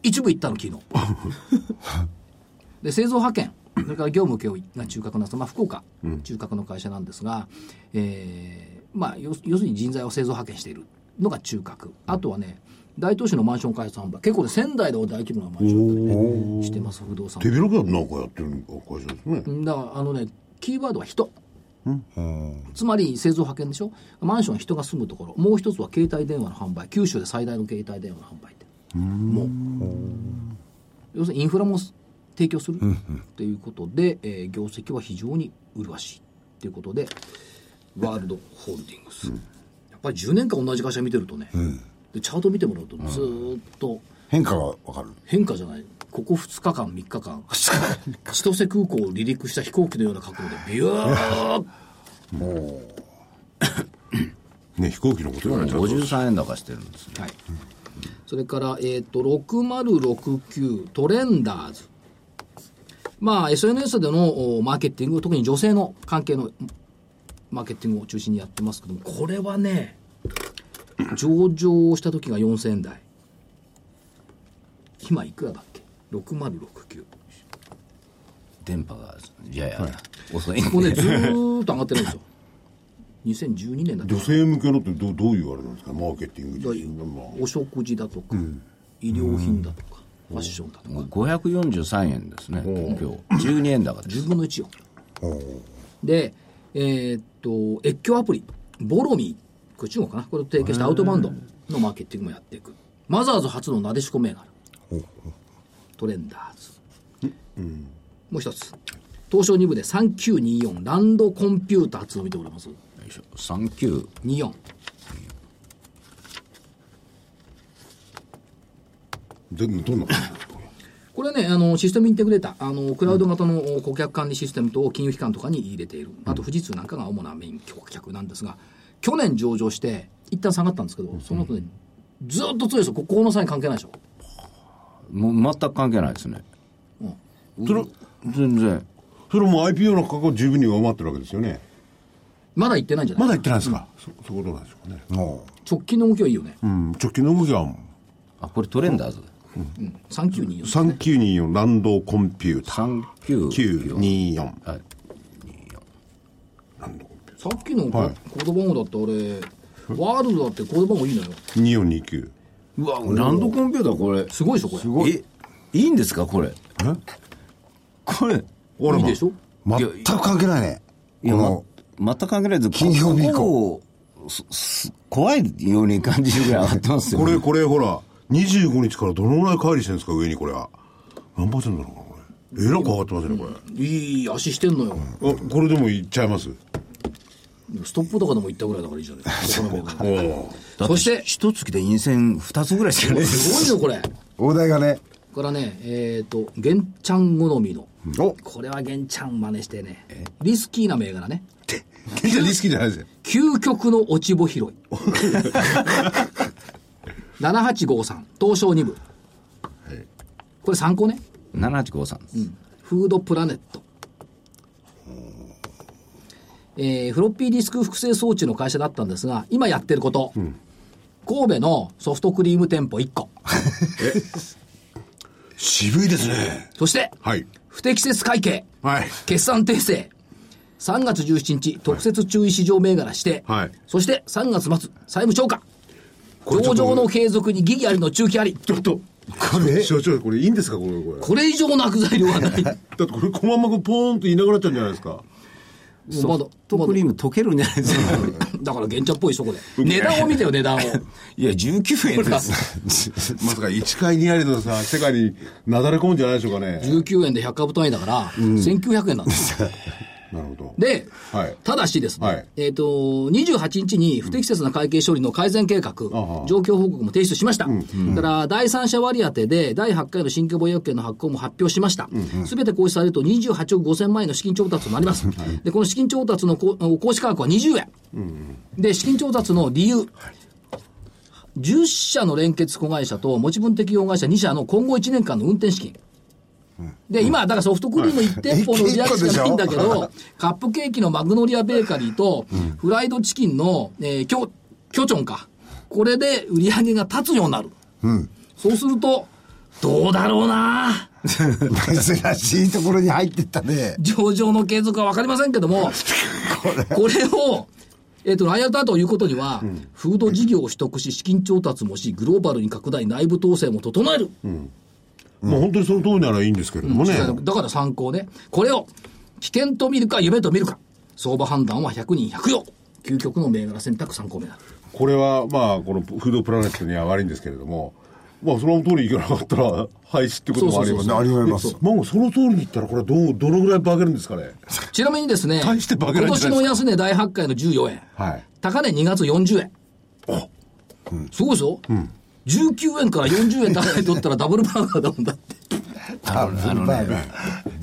一部行ったの昨日で製造派遣それから業務請負が中核なさ、まあ、福岡、中核の会社なんですが、えーまあ、要要するに人材を製造派遣しているのが中核あとはね大都市のマンション開発販売結構ね仙台では大規模なマンションだったりねしてます不動産
手広くなんかやってる会社ですね。
うんだからあのねキーワードは人つまり製造派遣でしょマンションは人が住むところもう一つは携帯電話の販売九州で最大の携帯電話の販売ってもう要するにインフラも提供するということで、えー業績は非常に麗しいということでワールドホールディングス、やっぱり10年間同じ会社見てるとね、でチャート見てもらうとずーっと
変化がわかる。
変化じゃないここ2日間3日間千歳空港を離陸した飛行機のような角度でビューッ
ね、飛行機のこと言われちゃうと。
53円高してるんですね
はい、それから、えー、と6069トレンダーズ、まあ、SNS でのおマーケティング特に女性の関係のマーケティングを中心にやってますけどもこれはね上場した時が4000円台今いくらだっけ6069
電波がいやいや、遅いんで
これねずーっと上がってるんですよ2012年だった
女性向けのってどどういうあれなんですかマーケティング
だ
で
い。お食事だとか、医療品だとか、ファッションだとか、
もう543円ですね今日12円高です
10分の1よ。で、えーっと、越境アプリ、ボロミー、これ中国かな、これと提携したアウトバンドのマーケティングもやっていく。マザーズ初のなでしこ銘柄、トレンダーズ。もう一つ、東証2部で3924、ランドコンピューターズを見ております。
よいしょ39
24。
どどんな
これはね、あの、システムインテグレーター、あの、クラウド型の顧客管理システムと金融機関とかに入れている。あと、富士通なんかが主なメイン顧客なんですが、去年上場して、一旦下がったんですけど、その後ね、ずっと強いですよ。ここの際関係ないでしょ。
もう全く関係ないですね
それ、
全然
それも IPO の価格を十分に上回ってるわけですよね。
まだ行ってないんじゃない、
まだ言ってないですか、そそういうことなんでしょうかね。
も
直近の動きはいいよね。
うん、直近の動きは、
あこれトレンダーズ
3924。
3924ランドコンピューター。
39
924。
はい
さっきのコ,、ード番号だってあれ、ワールドだってコード番号いいのよ。
2429。
うわランドコンピューターこれ
すごいでしょ、これ。
えいいんですかこれこれ
俺
いい
も
でしょ
う、全く関係ないね。
いや、
こ
ま
の、、
全く関係ないです
金曜日以降
ここすす怖いように感じるぐらい上がってますよ、
こ
ね、
れ、これ、ほら、25日からどのぐらい乖離してるんですか、上にこれは。何パーセントなのかな、これ。えらく上がってますね、こ
いい足してんのよ。
れ。あ、これでもいっちゃいます。
ストップとかでも行ったぐらいだからいいじゃないそこの銘柄
おお。
だっ
そして
一月で陰線二つぐらいしかない です
すごいよ、これ。
大台がね、
からね、えっ、と、玄ちゃん好みの。
お
これは玄ちゃん真似してね、リスキーな銘柄ね。
現在リスキーじゃないですよ。
究極の落ち穂 拾い。7853、東証2部。これ参考ね。
7853です、
フードプラネット。えーフロッピーディスク複製装置の会社だったんですが、今やってること。神戸のソフトクリーム店舗1個。
渋いですね。
そして、
はい。
不適切会計。
はい。
決算訂正。3月17日、特設注意市場銘柄指定。
はい
そして3月末、債務超過。
これちょ
上
っと
場の継続に疑義ありの中期あり。
ちょっと、これ、所長、これいいんですか、これ、これ。だ
これ以上の悪材料はない。
ってこれ、このままこうポーンといなくなっちゃうんじゃないですか。
もうまだ
ソフトクリーム溶けるんじゃないですか。
だから現茶っぽい そこで。値段を見てよ、値段を。
いや、19円です。
まさか1階2階のさ、世界になだれ込むんじゃないでしょうかね。
19円で100株単位だから、1900円なんですよ。
なるほど。
で、
はい
ただしですね、
はい
えっ、と、28日に不適切な会計処理の改善計画、
は
状況報告も提出しました。だから、第三者割り当てで、第8回の新規防衛権の発行も発表しました。すべ、て行使されると28億5000万円の資金調達となります。で、この資金調達のこ行使価格は20円。で、資金調達の理由。10社の連結子会社と持ち分適用会社2社の今後1年間の運転資金。で、今、だからソフトクリーム1店舗の売り上げしかないんだけど、カップケーキのマグノリアベーカリーと、フライドチキンの、えー、キョ、キョチョンか。これで売り上げが立つようになる。そうすると、どうだろうな
珍しいところに入ってったね。
上場の継続は分かりませんけど も、これを、えっ、と、ライアウトだということには、フード事業を取得し、資金調達もし、グローバルに拡大、内部統制も整える。
まあ本当にその通りならいいんですけれどもね。
だから参考ね。これを、危険と見るか、夢と見るか。相場判断は100人100用。究極の銘柄選択3項目だ。
これはまあ、このフードプラネットには悪いんですけれども、まあその通りいかなかったら廃止ってこともありま
そうそう
す
そうあります
えまあその通りにいったらこれはどう、どのぐらい化けるんですかね。
ちなみにですね、今
大してバカなんじ
年
ゃない
の
です
安値第8回の14円。
はい。
高値2月40円。すごいでしょ、19円から40円高値取ったらダブルバーガーだもんだって。
あのあのね、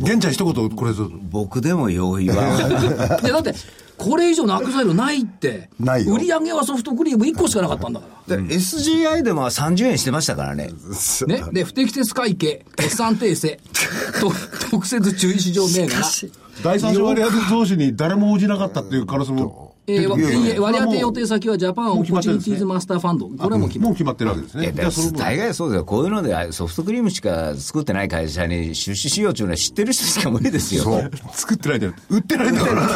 現在一言これぞ。
僕でも用意 は。
で、だって、これ以上の悪材料ないって。
ないよ
売り上げはソフトクリーム1個しかなかったんだから。
で SGI でも30円してましたから ね。
ね、 で不適切会計、決算訂正、と特設注意市場銘柄、
第三者割当増資に誰も応じなかったっていう可能性も。
えーわ
出てくるよね
いえ割り当て予定先はジャパンオ
もう
ポチ
決
ュ
まっ
ニ
てるんで
ティー
すね
ズマスターファンド、これはもう決まっ
もう決まってるわけです
いや
ね。
で
じゃ
も
あその分。
大概そうですよ。こういうのであソフトクリームしか作ってない会社に出資しようっていうのは知ってる人しか無理ですよ。
作ってないんだよ。売ってないんだから。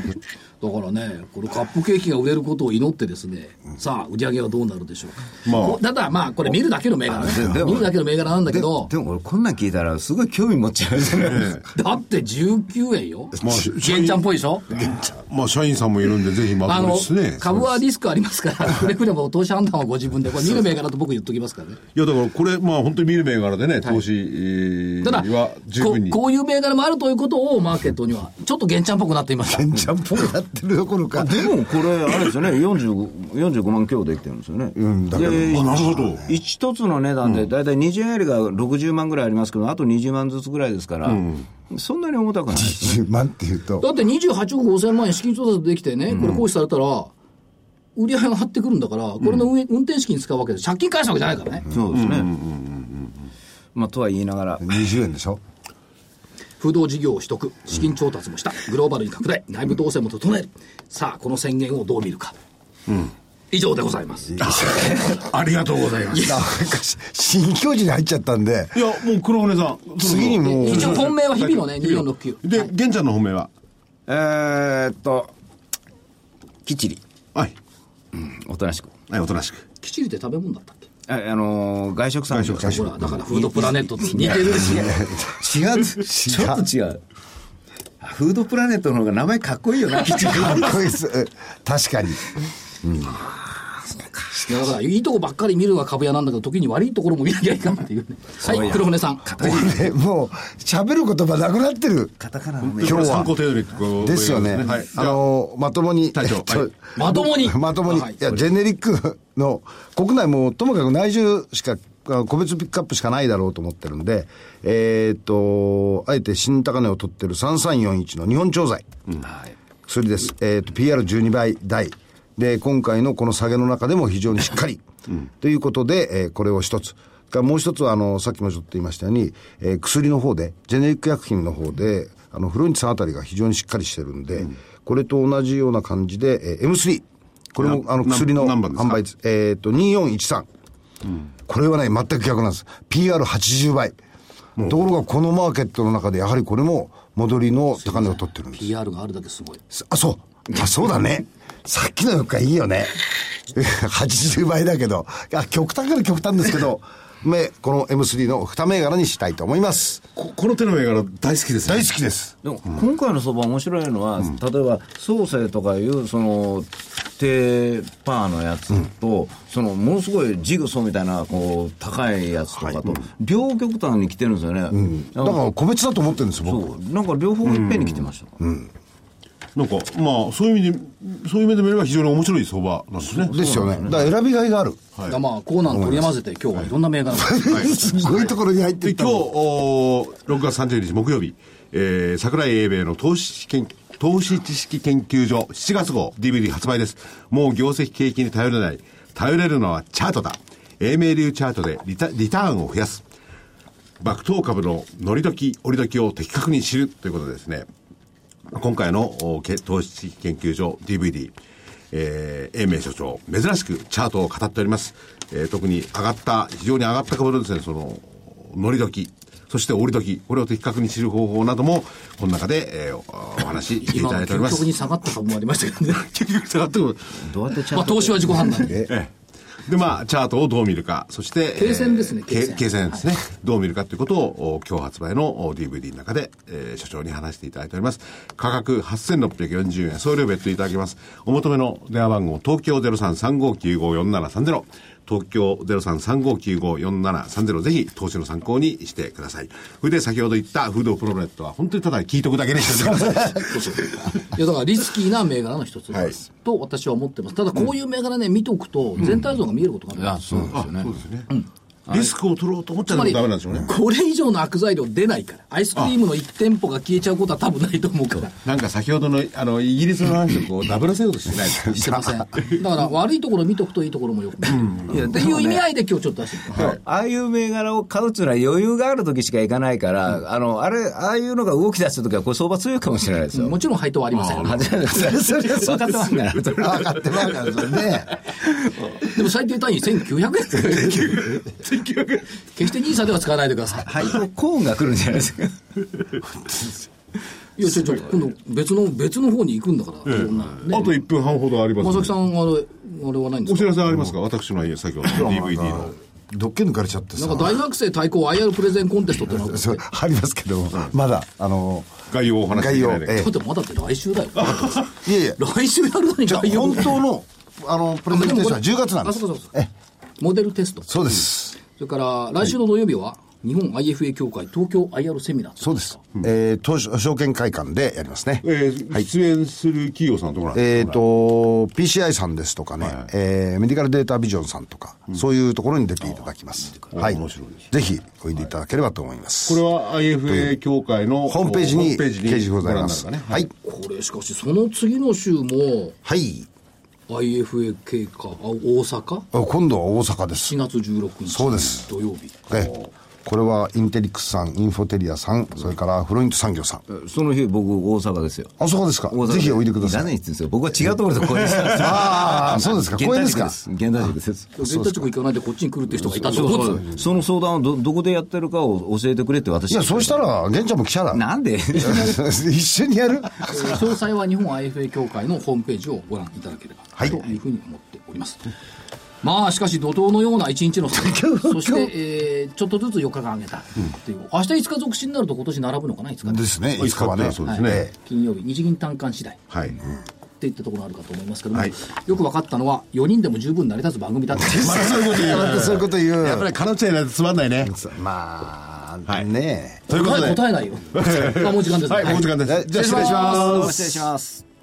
だからね、このカップケーキが売れることを祈ってですね、さあ、売り上げはどうなるでしょうか。
まあ
こただまあ、これ見るだけの銘柄ね
あでで。も
見るだけの銘柄なんだけ
で
ど、
でも俺こんなん聞いたらすごい興味持っちゃうじゃないですか。
だって19円よ。
まあ
ゲンちゃんっぽいでしょ
まあ社員さんもいるんで、ぜひま
あ
とめ
の
ですね。、
株はリスクありますから、くれ ぐれも投資判断はご自分で、これ見る銘柄と僕言っときますからね。
いやだからこれ、まあ本当に見る銘柄でね、投資えー
ただ
は十分に。
こ、こういう銘柄もあるということをマーケットに は、ちょっと現ちゃんっぽくなっています。
ベンチャーっぽくなってるどころか。
でもこれ、あれですよね、45, 45万強できてるんですよね。うん、だけど、
あなるほど
一つの値段で、だいたい20円よりが60万ぐらいありますけど、あと20万ずつぐらいですから、そんなに重たくないです。
10万っていうと
だ。って28億5000万円資金調達できてね、これ行使されたら、売り上げが張ってくるんだから、これの運運転資金使うわけで、借金返すわけじゃないからね。
そうですね。まあ、とは言いながら、
20円でしょ
不動事業を取得、資金調達もした、グローバルに拡大、内部統制も整える。さあ、この宣言をどう見るか。以上でございます。
ありがとうございます。
なんかし新境地に入っちゃったんで、
いや、もう黒船さん。
次にもう、
一応本命は日々のね、2469。
で、玄ちゃんの本命は
えー、っと、きっちり、
はい。
おとなしく。
はい、おとなしく。
きっちりって食べ物だったっけ
ああのー外食産業。
外
ほ
食
ら、だからフードプラネットと 似てるし。
違う、ちょっと違う。フードプラネットの方が名前かっこいいよな、きっちり。
かっこいいです。え確かに。
いやだから、いいとこばっかり見るのが株屋なんだけど、時に悪いところも見なきゃいかんっていうね。はい、黒船さん。
俺、もう、喋る言葉なくなってる。
カタカナの
今日は
参考程度にこう
ですよね。
はい。
あの、まともに、
隊長
えっと
はい
まともに。
まともに、
はい
い、や、ジェネリックの、国内もともかく内需しか、あ個別ピックアップしかないだろうと思ってるんで、えーっと、あえて新高値を取ってる3341の日本調剤。薬です。えーっと、PR12 倍台。で、今回のこの下げの中でも非常にしっかり。ということで、えーこれを一つ。がもう一つは、あの、さっきもちょっと言いましたように、えー薬の方で、ジェネリック薬品の方で、あの、フロンチさんあたりが非常にしっかりしてるんで、これと同じような感じで、えー M3。これも、
な
あの、
な
薬の
何番です
販
か
売です。えーっと、2413。これはね、全く逆なんです。PR80 倍。ところが、このマーケットの中で、やはりこれも、戻りの高値を取ってるんです。
PR があるだけすごい。
あ、そう。あ、そうだね。さっきのよっかいいよね。80倍だけど。あ、極端から極端ですけど、 銘、この M3 の2銘柄にしたいと思います。
ここの手の銘柄大好きですね
大好きです。
でも今回の相場面白いのは、例えば創生とかいうその低パーのやつと、そのものすごいジグソーみたいなこう高いやつとかと、両極端に来てるんですよね、
だから個別だと思ってるんですよ、僕。
そうなんか両方いっぺんに来てました、
なんかまあそういう意味でそういう面で見れば非常に面白い相場なんですね
ですよね。だから選びがいがある。
だからまあ、コーナーの取り合わせて、今日はいろんな銘柄が。
すごいところに入ってい
で
った
今日
の
おー6月30日木曜日、えー、桜井英明の投資研投資知識研究所7月号 DVD 発売ですもう業績景気に頼れない頼れるのはチャートだ英明流チャートでリタリターンを増やす爆投株の乗り時折り時を的確に知るということですね今回のおけ投資研究所 DVD、えー、英明所長、珍しくチャートを語っております。えー特に上がった、非常に上がった株のですね、その、乗り時、そして折り時、これを的確に知る方法なども、この中で、えーおお話ししていた
今
だいておりま
結
す
局。に下がった株もありましたけどね。
結局下がってくる。
どうやってチャ
ま
ー
あ、
ト
投資は自己判断で。
ええで、まあ、チャートをどう見るか、そして、
経線ですね
ええ
経線
け経線ですね。どう見るかということを、お今日発売のお DVD の中で、えー所長に話していただいております。価格8640円、送料別途いただきます。お求めの電話番号、東京0335954730。東京0335954730ぜひ投資の参考にしてください。それで先ほど言ったフードプロレットは本当にただ聞いとくだけでしてください。
いやだからリスキーな銘柄の一つです、と私は思ってます。ただこういう銘柄ね、見ておくと全体像が見えることがある、
あそうですよね、
そうですね。リスクを取ろうと思っち
つ
ゃう
ま
のも
り、
ダメなんでしょうね。
これ以上の悪材料出ないから。アイスクリームの1店舗が消えちゃうことは多分ないと思うから。
なんか先ほどのあのイギリスの話をこうダブらせようとしてないですか
してません。 だから悪いところ見とくといいところもよく見る。いやっていう意味合いで今日ちょっと出してみた。
ああいう銘柄を買うっていうのは余裕がある時しか行かないから、あの、あれ、ああいうのが動き出した時は、これ相場強いかもしれないですよ。
もちろん配当はありません。
あじゃあ それは分かってますから。
分かって分かってますね。
でも最低単位1900円。決して NISA では使わないでください。
はい、コーンが来るんじゃないですか。
いや、ちょ、ちょ、今度別の、別の方に行くんだから。そんなのね
あと1分半ほどありま
正
す、
木さん、あれ、あれはないんで
お
す
知
から
せありますか、私の先ほどの DVD の
どっけ抜かれちゃって
な
さ。
んか大学生対抗 IR プレゼンコンテストってのがあるんです
そ
よ
うありますけど、まだ、あの、
概要をお話ししていただい
概要え
て
だ
え
ってまだって来週だよ。
いやいや、
来週やるのに
じゃあ
概要
本当の、あの、プレゼンテーションは10月なんで
あ、そうか
す。
そうかそうか。モデルテスト。
そうです。
それから、来週の土曜日は、日本 IFA 協会東京 IR セミナー。
そうです。えー、投資証券会館でやりますね。
えー出演する企業さんのところなん
え
で
っ、
す
と、PCI さんですとかね、えーメディカルデータビジョンさんとか、そういうところに出ていただきます。はい。
面白いです
ぜひ、おいでいただければと思います。
これは IFA 協会の
ホームページ
ホ
に
ムページに
掲示ございます。
ご覧になるかね
はい。
これ、しかし、その次の週も、
はい。
IFA 経過、あ大阪
あ今度は大阪です
?4。月16日。
そうです
土曜日。
ええこれはインテリックスさん、インフォテリアさん、それからフロイント産業さん。
その日、僕、大阪ですよ。
あ、そこですか
大阪。で
ぜひおいでくださ。
いらないいって言うんですよ。僕は違うところで公演ですから。
ああ、そうですか。公園ですか。
現代塾です。
絶対直行かないでこっちに来るって人がいた
あ
って
そう
こ
そ
と
う
で
その相談をど、どこでやってるかを教えてくれって私。
いや、そうしたら、玄ちゃんも記者だ。
なん で
一緒にや る
すえー詳細は日本 IFA 協会のホームページをご覧いただければ
はい
というふうに思っております。まあ、しかし、怒涛のような一日のスタートそして、えーちょっとずつ4日間上げたっていう、明日5日続伸になると、今年並ぶのかな、5日で
ですね、いつかはね。
そうですね
え
金曜日、日銀短観次第。
はい、
っていったところあるかと思いますけども、
はい
よく分かったのは4人でも十分成り立つ番組だって
えまたそういうこと言う。
やっぱりカナチェなんてつまんないね
まあ、
はい
ねえ。
ということ
答え
で
答えないよあもう時間ですね
はいもう時間です、じゃあ失礼します
失礼します。